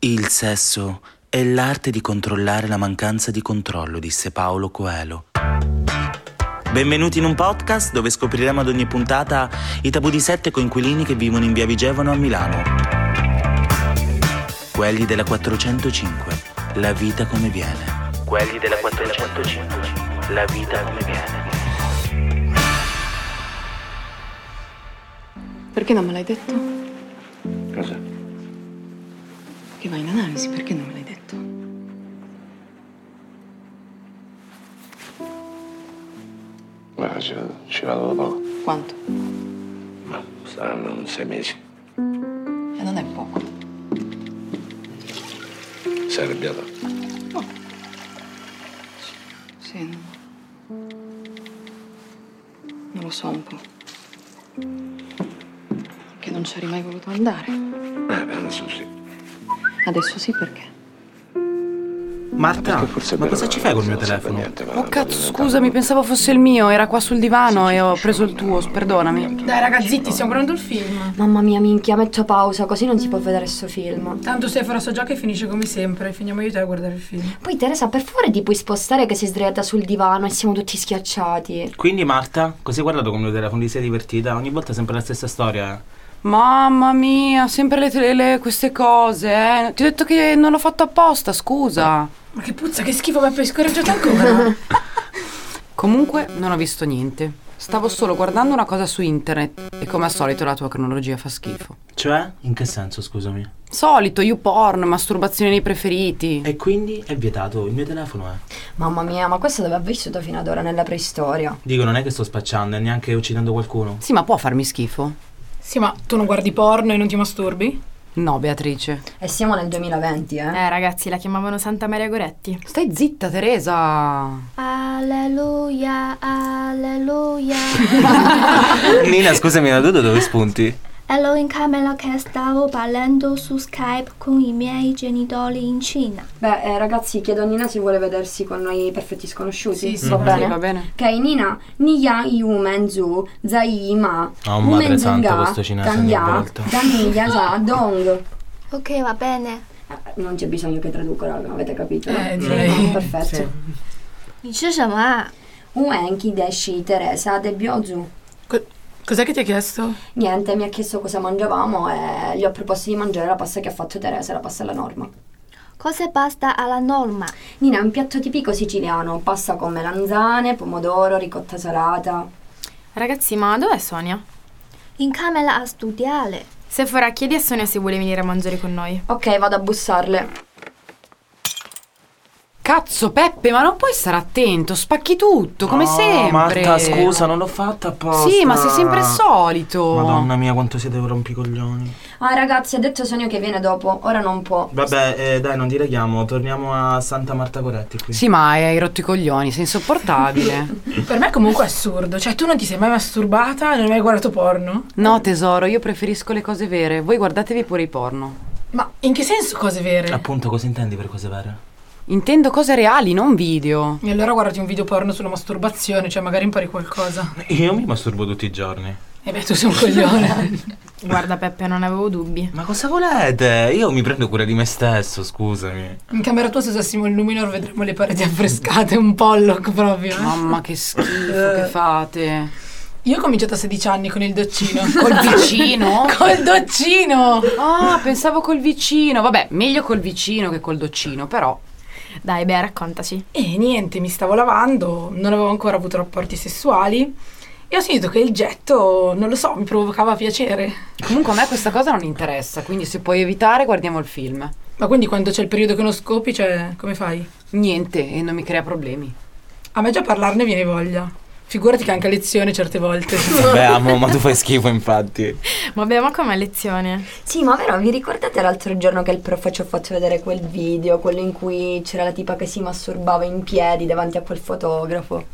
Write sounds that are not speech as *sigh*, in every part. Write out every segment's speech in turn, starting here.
Il sesso è l'arte di controllare la mancanza di controllo, disse Paolo Coelho. Benvenuti in un podcast dove scopriremo ad ogni puntata i tabù di sette coinquilini che vivono in via Vigevano a Milano. Quelli della 405, la vita come viene. Quelli della 405, la vita come viene. Perché non me l'hai detto? Cosa? Che vai in analisi, perché non me l'hai detto? Guarda, ci vado, ci vado da poco. Quanto? Ma saranno un sei mesi. E Eh, non è poco. Sei arrabbiato? Eh, Sì, no. Non lo so un po'. Che non c'eri mai voluto andare. Eh, adesso sì. Adesso sì perché. Marta, Perché forse è Ah, ma vero cosa che ci fai col mio non serve a telefono? niente, ma- Oh cazzo, scusami, pensavo fosse il mio, era qua sul divano e ho preso il tuo, perdonami. Dai ragazzi, zitti, stiamo guardando il film. Mamma mia, minchia, metto pausa, così non si Mm. può vedere sto film. Tanto Stefano so già che finisce come sempre, finiamo io e te a guardare il film. Poi Teresa, per favore ti puoi spostare che sei sdraiata sul divano e siamo tutti schiacciati. Quindi Marta, cosa hai guardato con il mio telefono? Ti sei divertita? Ogni volta è sempre la stessa storia. eh. Mamma mia, sempre le, tele- le- queste cose, eh. Ti ho detto che non l'ho fatto apposta, scusa. Ma che puzza, che schifo, ma hai scoraggiato ancora? *laughs* Comunque, non ho visto niente. Stavo solo guardando una cosa su internet e come al solito la tua cronologia fa schifo. Cioè? In che senso, scusami? Solito, YouPorn, masturbazioni nei preferiti. E quindi è vietato, il mio telefono eh. è. Mamma mia, ma questo dove ha vissuto fino ad ora nella preistoria? Dico, non è che sto spacciando e neanche uccidendo qualcuno. Sì, ma può farmi schifo? sì, ma tu non guardi porno e non ti masturbi? No, Beatrice. E siamo nel 2020, eh? Eh ragazzi, la chiamavano Santa Maria Goretti. Stai zitta, Teresa. Alleluia, alleluia. *laughs* *laughs* Nina, scusami, ma tu da dove spunti? Ero in camera che stavo parlando su Skype con i miei genitori in Cina. Beh, eh, ragazzi, chiedo a Nina se vuole vedersi con noi perfetti sconosciuti. Sì, sì, va sì, bene. va bene. Ok, Nina, Niya Yumenzu, Zaima, Oh, madre santa, Umenzenga, questo cinese ogni Kanya, volta. Damiya, Za, Dong. Ok, va bene. Eh, Non c'è bisogno che traduca, raga, avete capito? no? Eh, direi. Perfetto. 你吃什么啊？ Uenchi Deshi Teresa De Biozu. Co- cos'è che ti ha chiesto? Niente, mi ha chiesto cosa mangiavamo e gli ho proposto di mangiare la pasta che ha fatto Teresa, la pasta alla norma. Cosa basta alla norma? Nina, un piatto tipico siciliano, pasta con melanzane, pomodoro, ricotta salata. Ragazzi, ma dov'è Sonia? In camera a studiare. Se farà chiedi a Sonia se vuole venire a mangiare con noi. Ok, vado a bussarle. Cazzo Peppe, ma non puoi stare attento, spacchi tutto, come sempre. Marta, scusa, non l'ho fatta apposta. Sì, ma sei sempre il solito. Madonna mia, quanto siete rompicoglioni. Ah, ragazzi, ha detto Sonia che viene dopo, ora non può. Vabbè, eh, dai, non dileghiamo, torniamo a Santa Marta Coretti qui. Sì, ma hai rotto i coglioni, *laughs* sei insopportabile. Per me comunque è assurdo, cioè tu non ti sei mai masturbata, non hai mai guardato porno? No, tesoro, io preferisco le cose vere. Voi guardatevi pure i porno. Ma in che senso cose vere? Appunto, cosa intendi per cose vere? Intendo cose reali, non video. E allora guardati un video porno sulla masturbazione, cioè magari impari qualcosa. Io mi masturbo tutti i giorni. E beh, tu sei un *laughs* coglione. Guarda Peppe, non avevo dubbi. Ma cosa volete? Io mi prendo cura di me stesso, scusami. *laughs* In camera tua se usassimo il Luminor vedremmo le pareti affrescate, un pollock proprio. eh. Mamma che schifo che fate. Io ho cominciato a 16 anni con il doccino. *laughs* Col vicino? *laughs* Col doccino! Ah, pensavo col vicino. Vabbè, meglio col vicino che col doccino, però. Dai, beh, raccontaci. E niente, mi stavo lavando, non avevo ancora avuto rapporti sessuali e ho sentito che il getto, non lo so, mi provocava piacere. Comunque a me questa cosa non interessa, quindi se puoi evitare guardiamo il film. Ma quindi quando c'è il periodo che non scopi, cioè, come fai? Niente, e non mi crea problemi. A me già parlarne viene voglia. Figurati che anche a lezione certe volte. Vabbè, amo, ma tu fai schifo, infatti. Vabbè, ma com'è lezione? Sì, ma vero, vi ricordate l'altro giorno che il prof ci ha fatto vedere quel video, quello in cui c'era la tipa che si masturbava in piedi davanti a quel fotografo?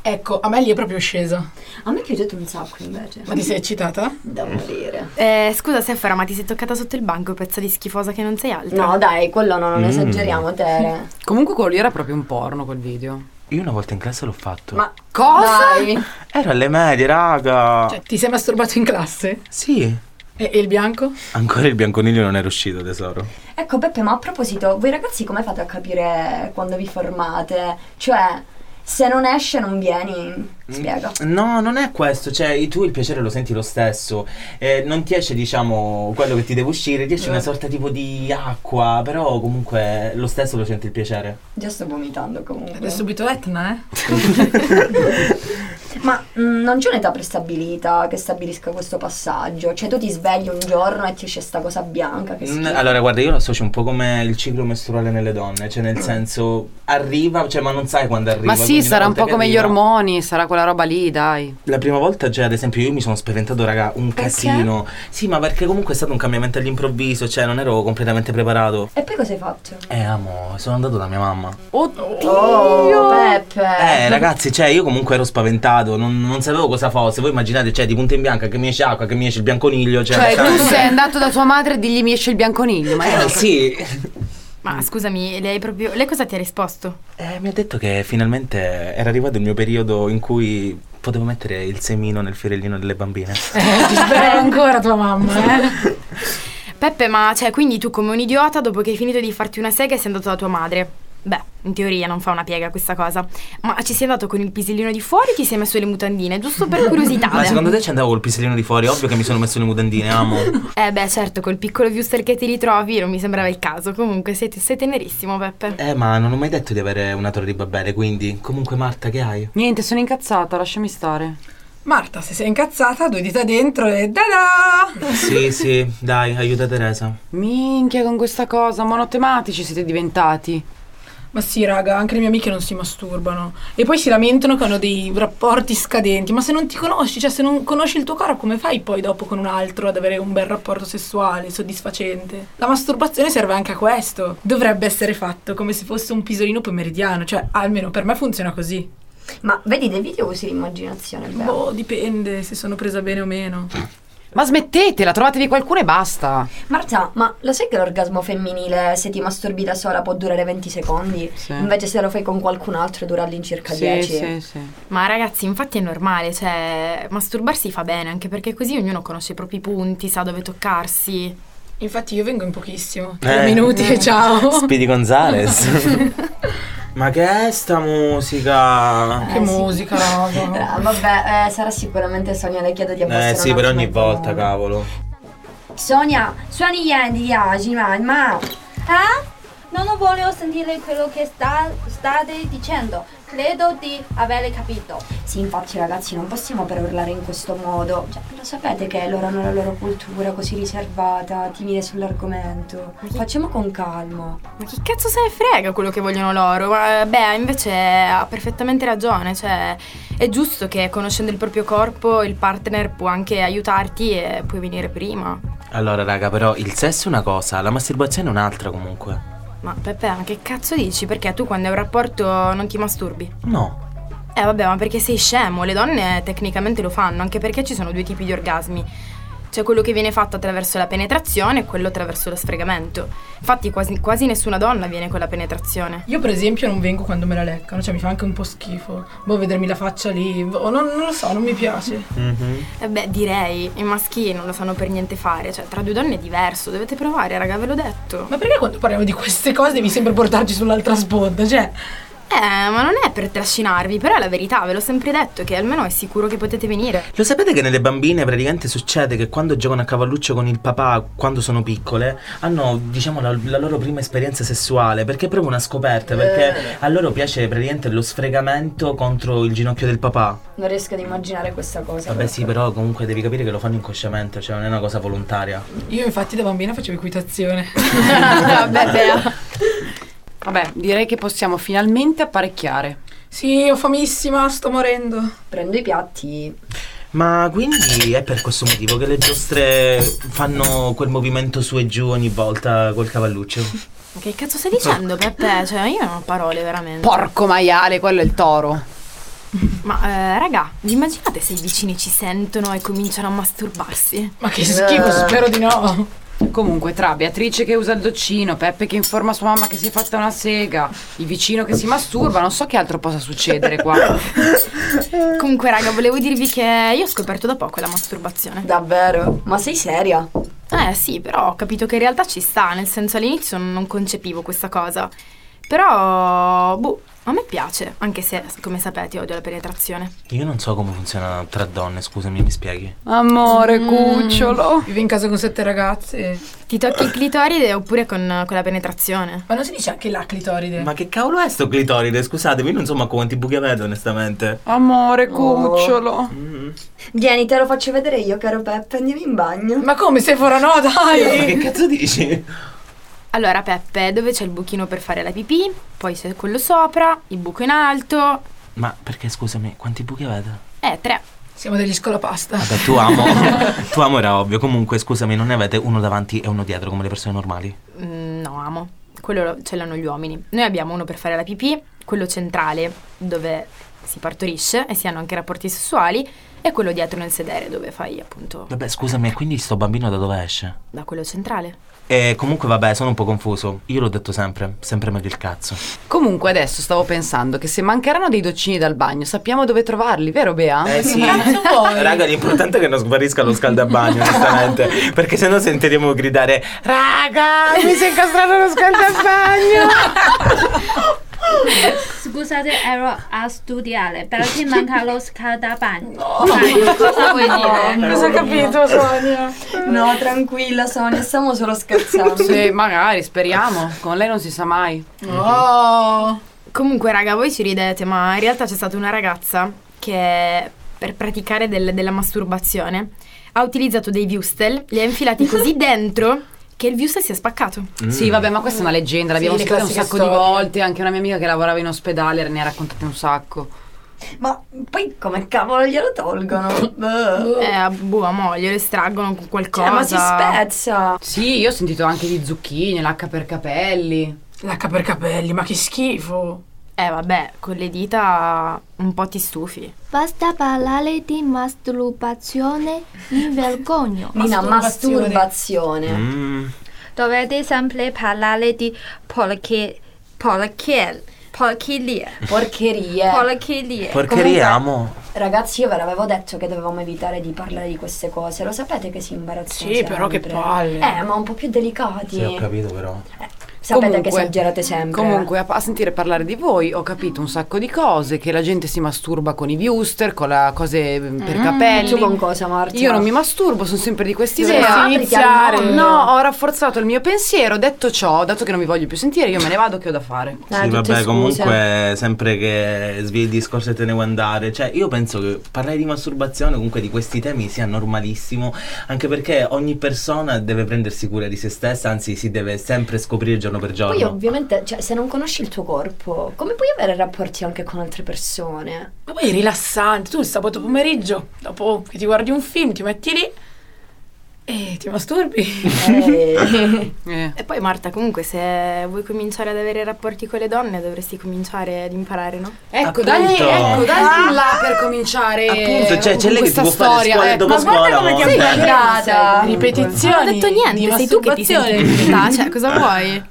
ecco, a me lì è proprio scesa. A me è piaciuto un sacco invece. Ma ti sei eccitata? Da morire. Eh, scusa Sefera, ma ti sei toccata sotto il banco, pezzo di schifosa che non sei altro. No, dai, quello no, non esageriamo, Tere. Comunque quello lì era proprio un porno quel video. Io una volta in classe l'ho fatto. Ma Cosa? Dai. Ero alle medie, raga. Cioè. Cioè, ti sei masturbato in classe? Sì. E, e il bianco? Ancora il bianconiglio non era uscito, tesoro. Ecco Beppe, ma a proposito, voi ragazzi come fate a capire quando vi formate? Cioè, se non esce non vieni, spiega. No, non è questo, cioè tu il piacere lo senti lo stesso, Eh, non ti esce diciamo quello che ti deve uscire, ti esce una sorta tipo di acqua, però comunque lo stesso lo senti il piacere. Già sto vomitando comunque. Ed è subito Etna, eh? Ma mm, non c'è un'età prestabilita che stabilisca questo passaggio? Cioè tu ti svegli un giorno e ti esce sta cosa bianca Eh che Mm, schifo. Allora guarda, io lo associo un po' come il ciclo mestruale nelle donne, cioè nel senso arriva, cioè ma non sai quando arriva. Ma sì, quindi una sarà un po' volta che come gli arriva- ormoni, sarà quella roba lì, dai. La prima volta, cioè, ad esempio, io mi sono spaventato, raga, un Perché? casino. Sì, ma perché comunque è stato un cambiamento all'improvviso, cioè, non ero completamente preparato. E poi cosa hai fatto? Eh, amo, sono andato da mia mamma. Oddio! Cioè, Oh, Beppe! Eh, ragazzi, cioè, io comunque ero spaventato, non, non sapevo cosa fosse. Voi immaginate, cioè, di punta in bianca che mi esce acqua, che mi esce il bianconiglio, cioè. Cioè, tu sei andato da tua madre e digli mi esce il bianconiglio, ma Eh, sì. Ma scusami, lei proprio. Lei cosa ti ha risposto? Eh, mi ha detto che finalmente era arrivato il mio periodo in cui potevo mettere il semino nel fiorellino delle bambine. Eh, *laughs* ti spera ancora tua mamma, eh? Peppe, ma cioè, quindi tu come un idiota, dopo che hai finito di farti una sega, sei andato da tua madre. Beh, in teoria non fa una piega questa cosa. Ma ci sei andato con il pisellino di fuori o ti sei messo le mutandine? Giusto per curiosità. Ma secondo te ci andavo col pisellino di fuori? Ovvio che mi sono messo le mutandine, amo. Eh beh, certo, col piccolo viewster che ti ritrovi non mi sembrava il caso. Comunque sei, sei tenerissimo, Peppe. Eh, ma non ho mai detto di avere una torre di Babele, quindi. Comunque, Marta, che hai? Niente, sono incazzata, lasciami stare. Marta, se sei incazzata, due dita dentro e da Sì, sì, dai, aiuta Teresa. Minchia, con questa cosa, monotematici siete diventati. Ma sì, raga, anche le mie amiche non si masturbano. E poi si lamentano che hanno dei rapporti scadenti. Ma se non ti conosci, cioè se non conosci il tuo corpo, come fai poi dopo con un altro ad avere un bel rapporto sessuale soddisfacente? La masturbazione serve anche a questo. Dovrebbe essere fatto come se fosse un pisolino pomeridiano. Cioè, almeno per me funziona così. Ma vedi dei video usi l'immaginazione, Beppe. Boh, dipende se sono presa bene o meno. Ma smettetela, trovatevi qualcuno e basta. Marta, ma lo sai che l'orgasmo femminile, se ti masturbi da sola, può durare 20 secondi? Sì. Invece se lo fai con qualcun altro dura all'incirca Eh, 10. Eh. sì, sì. Ma ragazzi, infatti è normale, cioè, masturbarsi fa bene, anche perché così ognuno conosce i propri punti, sa dove toccarsi. Infatti io vengo in pochissimo. Eh. Tre minuti e ciao. *laughs* Speedy Gonzales. *laughs* ma che è sta musica? Che Eh, sì. musica, raga. *laughs* Eh, vabbè, eh, sarà sicuramente Sonia le chiedo di abbassare Eh sì, un per attimo ogni il volta, volume. cavolo. Sonia, suoni gli di Yaji, ma, ma... Ah? Non voglio sentire quello che sta- state dicendo. Credo di aver capito. Sì, infatti ragazzi, non possiamo per urlare in questo modo. Cioè, lo sapete che loro hanno la loro cultura così riservata, timide sull'argomento. Facciamo con calma. Ma chi cazzo se ne frega quello che vogliono loro? Ma, eh, Beh, invece ha perfettamente ragione, cioè, è giusto che conoscendo il proprio corpo il partner può anche aiutarti e puoi venire prima. Allora, raga, però il sesso è una cosa, la masturbazione è un'altra comunque. Ma Peppe, ma che cazzo dici? Perché tu quando hai un rapporto non ti masturbi? No. Eh vabbè, ma perché sei scemo? Le donne tecnicamente lo fanno, anche perché ci sono due tipi di orgasmi. C'è quello che viene fatto attraverso la penetrazione e quello attraverso lo sfregamento. Infatti quasi, quasi nessuna donna viene con la penetrazione. Io per esempio non vengo quando me la leccano, cioè mi fa anche un po' schifo. Boh, vedermi la faccia lì, boh, non, non lo so, non mi piace. E Eh, beh, direi, i maschili non lo sanno per niente fare, cioè tra due donne è diverso, dovete provare, raga, ve l'ho detto. Ma perché quando parliamo di queste cose devi sempre portarci sull'altra sponda? Cioè, Eh, ma non è per trascinarvi, però è la verità, ve l'ho sempre detto, che almeno è sicuro che potete venire. Lo sapete che nelle bambine praticamente succede che quando giocano a cavalluccio con il papà, quando sono piccole, hanno, diciamo, la, la loro prima esperienza sessuale, perché è proprio una scoperta, perché a loro piace praticamente lo sfregamento contro il ginocchio del papà. Non riesco ad immaginare questa cosa. Vabbè sì, però comunque devi capire che lo fanno inconsciamente, cioè non è una cosa volontaria. io infatti da bambina facevo equitazione. *laughs* Vabbè, Bea. Vabbè, direi che possiamo finalmente apparecchiare. Sì, ho famissima, sto morendo. Prendo i piatti. Ma quindi è per questo motivo che le giostre fanno quel movimento su e giù ogni volta col cavalluccio? Ma che cazzo stai dicendo, Peppe? Cioè, io non ho parole, veramente. Porco maiale, quello è il toro. Ma eh, raga, vi Eh. immaginate se i vicini ci sentono e cominciano a masturbarsi? Ma che schifo, spero di no. Comunque, tra Beatrice che usa il doccino, Peppe che informa sua mamma che si è fatta una sega, il vicino che si masturba, non so che altro possa succedere qua. Comunque, raga, volevo dirvi che io ho scoperto da poco la masturbazione. Davvero? Ma sei seria? Eh sì, però ho capito che in realtà ci sta, nel senso all'inizio non concepivo questa cosa. Però, boh, a me piace, anche se, come sapete, odio la penetrazione. Io non so come funziona tra donne, scusami, mi spieghi? Amore, cucciolo. Vivi in casa con sette ragazze. Ti tocchi il clitoride oppure con, con la penetrazione? Ma non si dice anche la clitoride? Ma che cavolo è sto clitoride? Scusatemi, io non so ma quanti buchi avete, onestamente. Amore, cucciolo. Vieni, te lo faccio vedere io, caro Peppe, andiamo in bagno. Ma come Sephora? No, Ma che dai! cazzo dici? Allora, Peppe, dove c'è il buchino per fare la pipì? Poi c'è quello sopra, il buco in alto. Ma perché, scusami, quanti buchi avete? Eh, tre. Siamo degli scolapasta. Vabbè, tu amo. tu amo era ovvio. Comunque, scusami, non ne avete uno davanti e uno dietro come le persone normali? Mm, no, amo. Quello lo- ce l'hanno gli uomini. Noi abbiamo uno per fare la pipì, quello centrale, dove si partorisce e si hanno anche rapporti sessuali, e quello dietro nel sedere, dove fai appunto Vabbè, scusami, e quindi sto bambino da dove esce? da quello centrale. E comunque, vabbè, sono un po' confuso. Io l'ho detto sempre, sempre meglio il cazzo. Comunque adesso stavo pensando che se mancheranno dei doccini dal bagno sappiamo dove trovarli, vero Bea? Eh, sì. Cazzo vuoi? Raga, l'importante è che non sguarisca lo scaldabagno, onestamente. Perché sennò sentiremo gridare: Raga, mi sei incastrato lo scaldabagno! Scusate, ero a studiare, però *laughs* ti manca lo scaldabagno. *laughs* No. Cosa vuoi dire? Cosa ho capito, Sonia? No, tranquilla, Sonia, stiamo solo scherzando. Sì, magari, speriamo. Con lei non si sa mai. Oh. No! Comunque, raga, voi ci ridete, ma in realtà c'è stata una ragazza che per praticare del- della masturbazione ha utilizzato dei viewstel, li ha *laughs* infilati così dentro che il viewstel si è spaccato. Sì, vabbè, ma questa è una leggenda, l'abbiamo Sì, le sentita un classiche sacco di storie. volte, anche una mia amica che lavorava in ospedale ne ha raccontate un sacco. Ma poi come cavolo glielo tolgono? Boh. Eh, boh, amo, glielo estraggono con qualcosa. Cioè, ma si spezza. Sì, io ho sentito anche di zucchine, l'H per capelli. L'H per capelli, ma che schifo! Eh, vabbè, con le dita un po' ti stufi. Basta parlare di masturbazione, mi vergogno. Nina, Masturbazione. masturbazione. Mm. Dovete sempre parlare di porche, porche, porcherie, Porcherie. porcherie. Porcherie, Comunque- amo. Ragazzi, io ve l'avevo detto che dovevamo evitare di parlare di queste cose. Lo sapete che si imbarazzano Sì, però che sempre? palle. Eh, ma un po' più delicati. Sì, ho capito, però. Sapete Comunque- che esagerate sempre. Comunque, a, a sentire parlare di voi ho capito un sacco di cose, che la gente si masturba con i viewster, con le cose mm, per capelli. Mm, Tu con cosa, Marzia? Io non mi masturbo, sono sempre di quest'idea. Dovresti apriti al iniziare. mondo. No, ho rafforzato il mio pensiero. Detto ciò, dato che non vi voglio più sentire, io me ne vado che ho da fare. Eh, sì, tutte vabbè, scuse. comunque sempre che svii il discorso e te ne vuoi andare. Cioè, io penso che parlare di masturbazione, comunque di questi temi sia normalissimo, anche perché ogni persona deve prendersi cura di se stessa, anzi si deve sempre scoprire giorno per giorno. Poi ovviamente, cioè, se non conosci il tuo corpo, come puoi avere rapporti anche con altre persone? Ma poi è rilassante. Tu il sabato pomeriggio, dopo che ti guardi un film, ti metti lì e ti masturbi. Eh, Eh. E poi, Marta, comunque, se vuoi cominciare ad avere rapporti con le donne, dovresti cominciare ad imparare, no? Ecco, Appunto. dai, ecco, dai là per cominciare. Appunto, cioè, con c'è lei che ti questa può fare storia. scuola eh. dopo Ma guarda- scuola. come ti no? ha Cioè, grata. Ripetizioni. Non ho detto niente, di sei tu che ti senti in masturbazione. difficoltà, cioè cosa vuoi?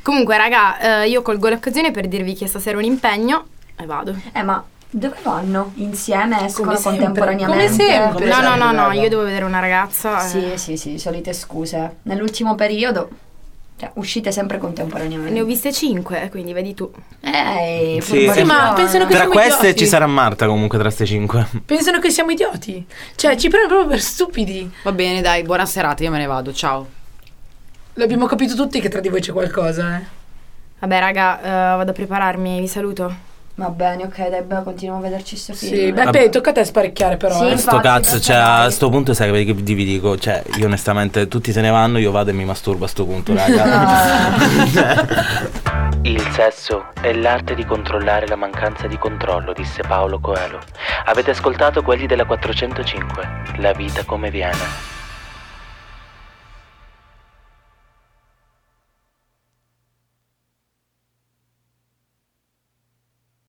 Comunque, raga, eh, io colgo l'occasione per dirvi che stasera ho un impegno e vado. Eh, ma dove vanno? Insieme escono Come sempre, contemporaneamente? come sempre. No, no, no, no, raga. io devo vedere una ragazza. eh. Sì, sì, sì, solite scuse. Nell'ultimo periodo, cioè, uscite sempre contemporaneamente. Ne ho viste cinque, quindi vedi tu. Ehi, eh. Sì. furbazione. Sì, ma pensano che- Tra siamo queste idioti. ci sarà Marta comunque tra ste cinque. *laughs* Pensano che siamo idioti. Cioè, ci prendono proprio per stupidi. Va bene, dai, buona serata, io me ne vado. Ciao. L'abbiamo capito tutti che tra di voi c'è qualcosa, eh. Vabbè, raga, eh, vado a prepararmi, vi saluto. Va bene, ok, dai, beh, continuiamo a vederci sto film. Sì, beh, Beppe, tocca a te sparecchiare però. Sì. eh. *laughs* Sto Infatti, cazzo, perché cioè, no? a sto punto sai che vi- vi dico, cioè, io onestamente tutti se ne vanno, io vado e mi masturbo a sto punto, *laughs* raga. *laughs* Il sesso è l'arte di controllare la mancanza di controllo, disse Paolo Coelho. Avete ascoltato quelli della 405, La vita come viene.